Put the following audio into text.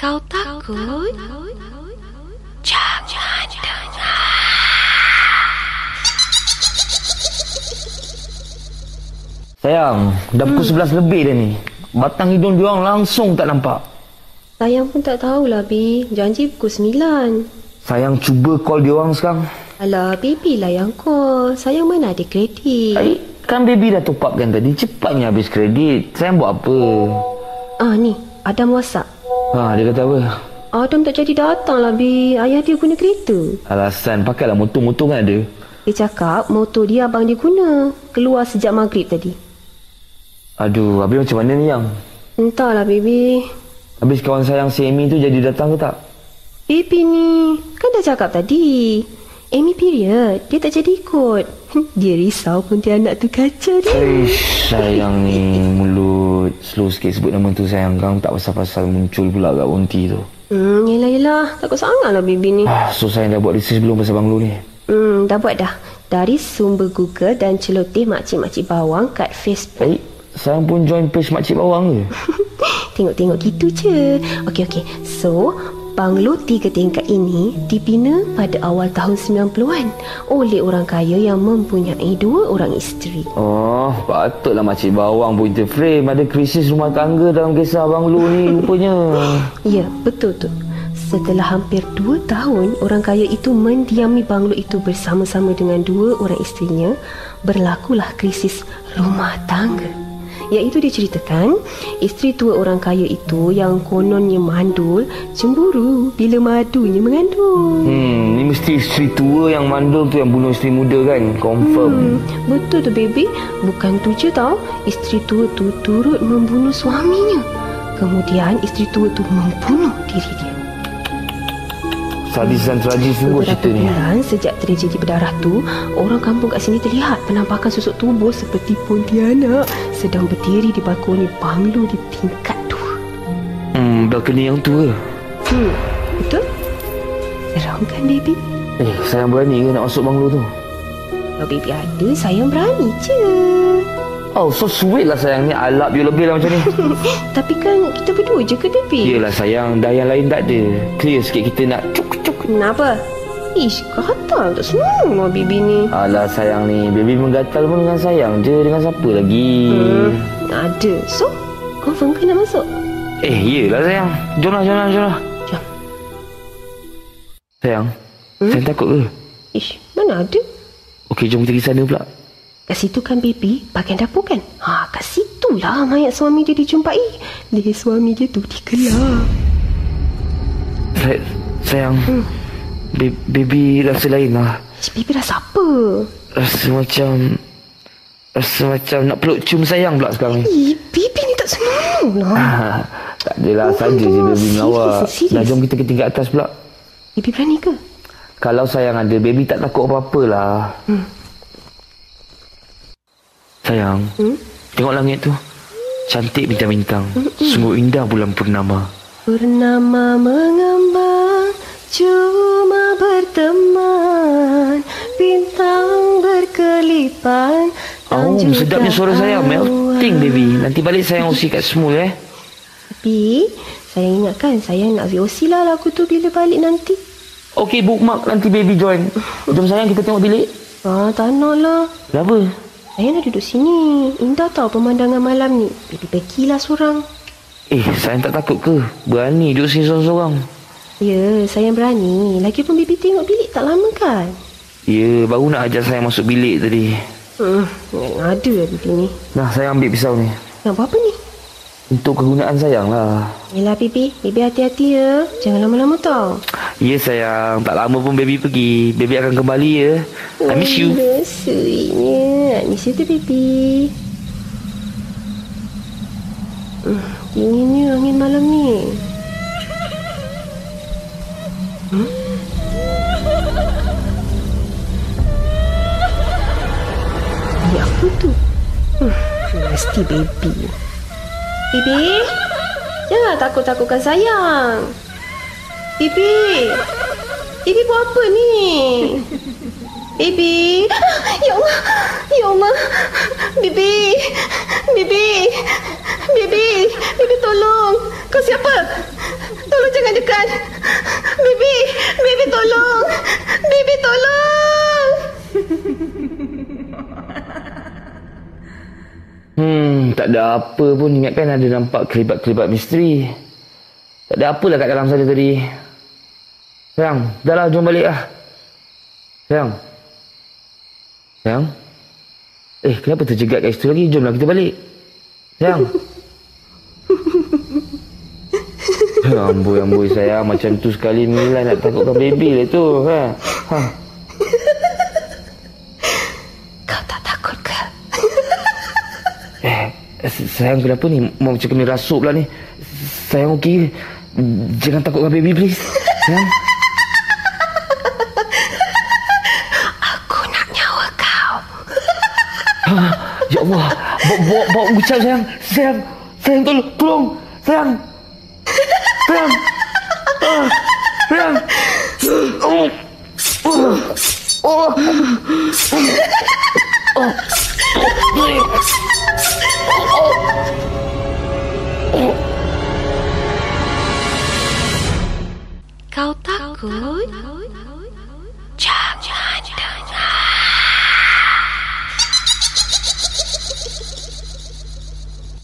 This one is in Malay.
Kau takut? Jangan dengar. Sayang, dah pukul 11 lebih dah ni. Batang hidung diorang langsung tak nampak. Sayang pun tak tahulah, Bi. Janji pukul 9. Sayang cuba call diorang sekarang. Alah, baby lah yang call. Sayang mana ada kredit. Eh, kan baby dah top up kan tadi. Cepatnya habis kredit. Sayang buat apa? Ah, ni. Adam WhatsApp. Ha, dia kata apa? Adam tak jadi datang lah, Bi. Ayah dia guna kereta. Alasan, pakailah motor-motor kan ada. Dia cakap motor dia abang dia guna. Keluar sejak maghrib tadi. Aduh, habis macam mana ni yang? Entahlah, baby. Habis kawan sayang si Amy tu jadi datang ke tak? Baby ni, kan dah cakap tadi. Amy period, dia tak jadi ikut. Dia risau pun dia anak tu kacau dia. Eish, sayang ni mulut. Slow sikit sebut nama tu sayang kang. Tak pasal-pasal muncul pula kat onti tu. Hmm, yelah yelah, takut sangat lah baby ni. Ah, so sayang dah buat research belum pasal banglo ni? Hmm, dah buat dah. Dari sumber Google dan celoteh makcik-makcik bawang kat Facebook. Eh, sayang pun join page makcik bawang ke? Tengok-tengok gitu je. Okey, okey. So, banglo tiga tingkat ini dibina pada awal tahun 90-an oleh orang kaya yang mempunyai dua orang isteri. Oh, patutlah makcik bawang pun interframe. Ada krisis rumah tangga dalam kisah Abang Lu ni rupanya. Ya, betul tu. Setelah hampir dua tahun, orang kaya itu mendiami banglo itu bersama-sama dengan dua orang isterinya, berlakulah krisis rumah tangga. Iaitu diceritakan, isteri tua orang kaya itu yang kononnya mandul, cemburu bila madunya mengandung. Hmm, ni mesti isteri tua yang mandul tu yang bunuh isteri muda kan? Confirm. Hmm, betul tu baby, bukan tu je tau, isteri tua tu turut membunuh suaminya. Kemudian isteri tua tu membunuh diri dia. Sadis dan tragis sungguh cerita Beberapa ni. bulan sejak terjadi berdarah tu, orang kampung kat sini terlihat penampakan susuk tubuh seperti Pontianak sedang berdiri di balkoni banglo di tingkat dua. Hmm, balkoni yang tu ke? Hmm, betul? Seram kan, baby? Eh, sayang berani ke nak masuk banglo tu? Kalau Oh, baby ada, sayang berani je. Oh, so sweet lah sayang ni. I love you lebih lah macam ni. Tapi kan kita berdua je ke, baby? Yelah sayang, dah yang lain tak ada. Clear sikit kita nak cuk cuk. Kenapa? Ish, kau hantar tak senang lah baby ni. Alah sayang ni, baby menggatal pun dengan sayang je. Dengan siapa lagi? Hmm, ada. So, confirm ke nak masuk? Eh, yelah sayang. lah, Jomlah, jomlah, jomlah. Jom. Sayang, hmm? sayang takut ke? Ish, mana ada? Okey, jom kita pergi sana pula. Kat situ kan baby, bahagian dapur kan? Ha, kat situ lah mayat suami dia dijumpai. Leher suami dia tu dikelar. Say, sayang, hmm. Be- baby rasa lain lah. Cik baby rasa apa? Rasa macam... Rasa macam nak peluk cium sayang pula sekarang ni. Ih, baby ni tak senonoh Ha, lah. tak adalah, Oh, saja je aduh, baby serius, melawak. serius. Dah jom kita ke tingkat atas pula. Baby berani ke? Kalau sayang ada, baby tak takut apa-apa lah. Hmm. Sayang, hmm? tengok langit tu. Cantik bintang-bintang. Hmm. Sungguh indah bulan purnama. Purnama mengembang, cuma berteman. Bintang berkelipan. Oh, tanjukkan sedapnya suara saya. awan. Melting, baby. Nanti balik sayang usi kat semul, eh. Tapi, saya ingatkan, saya nak VOC lah lagu tu bila balik nanti. Okey, bookmark nanti baby join. Jom sayang, kita tengok bilik. Ah, tak nak lah. Kenapa? Saya nak duduk sini. Indah tau pemandangan malam ni. Baby pergilah seorang. Eh, sayang tak takut ke? Berani duduk sini seorang-seorang. Ya, saya berani. Lagipun baby tengok bilik tak lama kan? Ya, baru nak ajak sayang masuk bilik tadi. Hmm, ada lah baby ni. Nah, sayang ambil pisau ni. Nak buat apa ni? Untuk kegunaan sayang lah. Yelah, baby. Baby hati-hati ya. Jangan lama-lama tau. Ya sayang, tak lama pun baby pergi. Baby akan kembali ya. I miss you. Oh, sweetnya. I miss you tu, baby. Hmm, dinginnya angin malam ni. Hmm? Ni apa tu? Hmm, mesti baby. Baby? Jangan takut-takutkan sayang. Baby? Baby buat apa ni? Baby. Ya Allah. Ya Allah. Baby. Baby. Baby. Baby tolong. Kau siapa? Tolong jangan tekan. Bibi, Bibi tolong. Bibi tolong. Hmm, tak ada apa pun. Ingat kan ada nampak kelibat-kelibat misteri. Tak ada apalah kat dalam sana tadi. Sayang, dah lah jom balik lah. Sayang. Sayang. Eh, kenapa terjegat kat situ lagi? Jomlah kita balik. Sayang. Ya amboi amboi saya macam tu sekali Mila nak takutkan baby lah tu ha. ha. Kau tak takut ke? Eh, sayang kenapa ni? Mak macam kena rasuk pula ni. Sayang okey. Jangan takutkan baby please. Sayang. Aku nak nyawa kau. Ya Allah. Bawa bawa, bawa ucap sayang. Sayang. Sayang tolong. Tolong. Sayang. Sayang. Ah, sayang. Oh. Oh. Oh. Oh. Oh. Kau takut?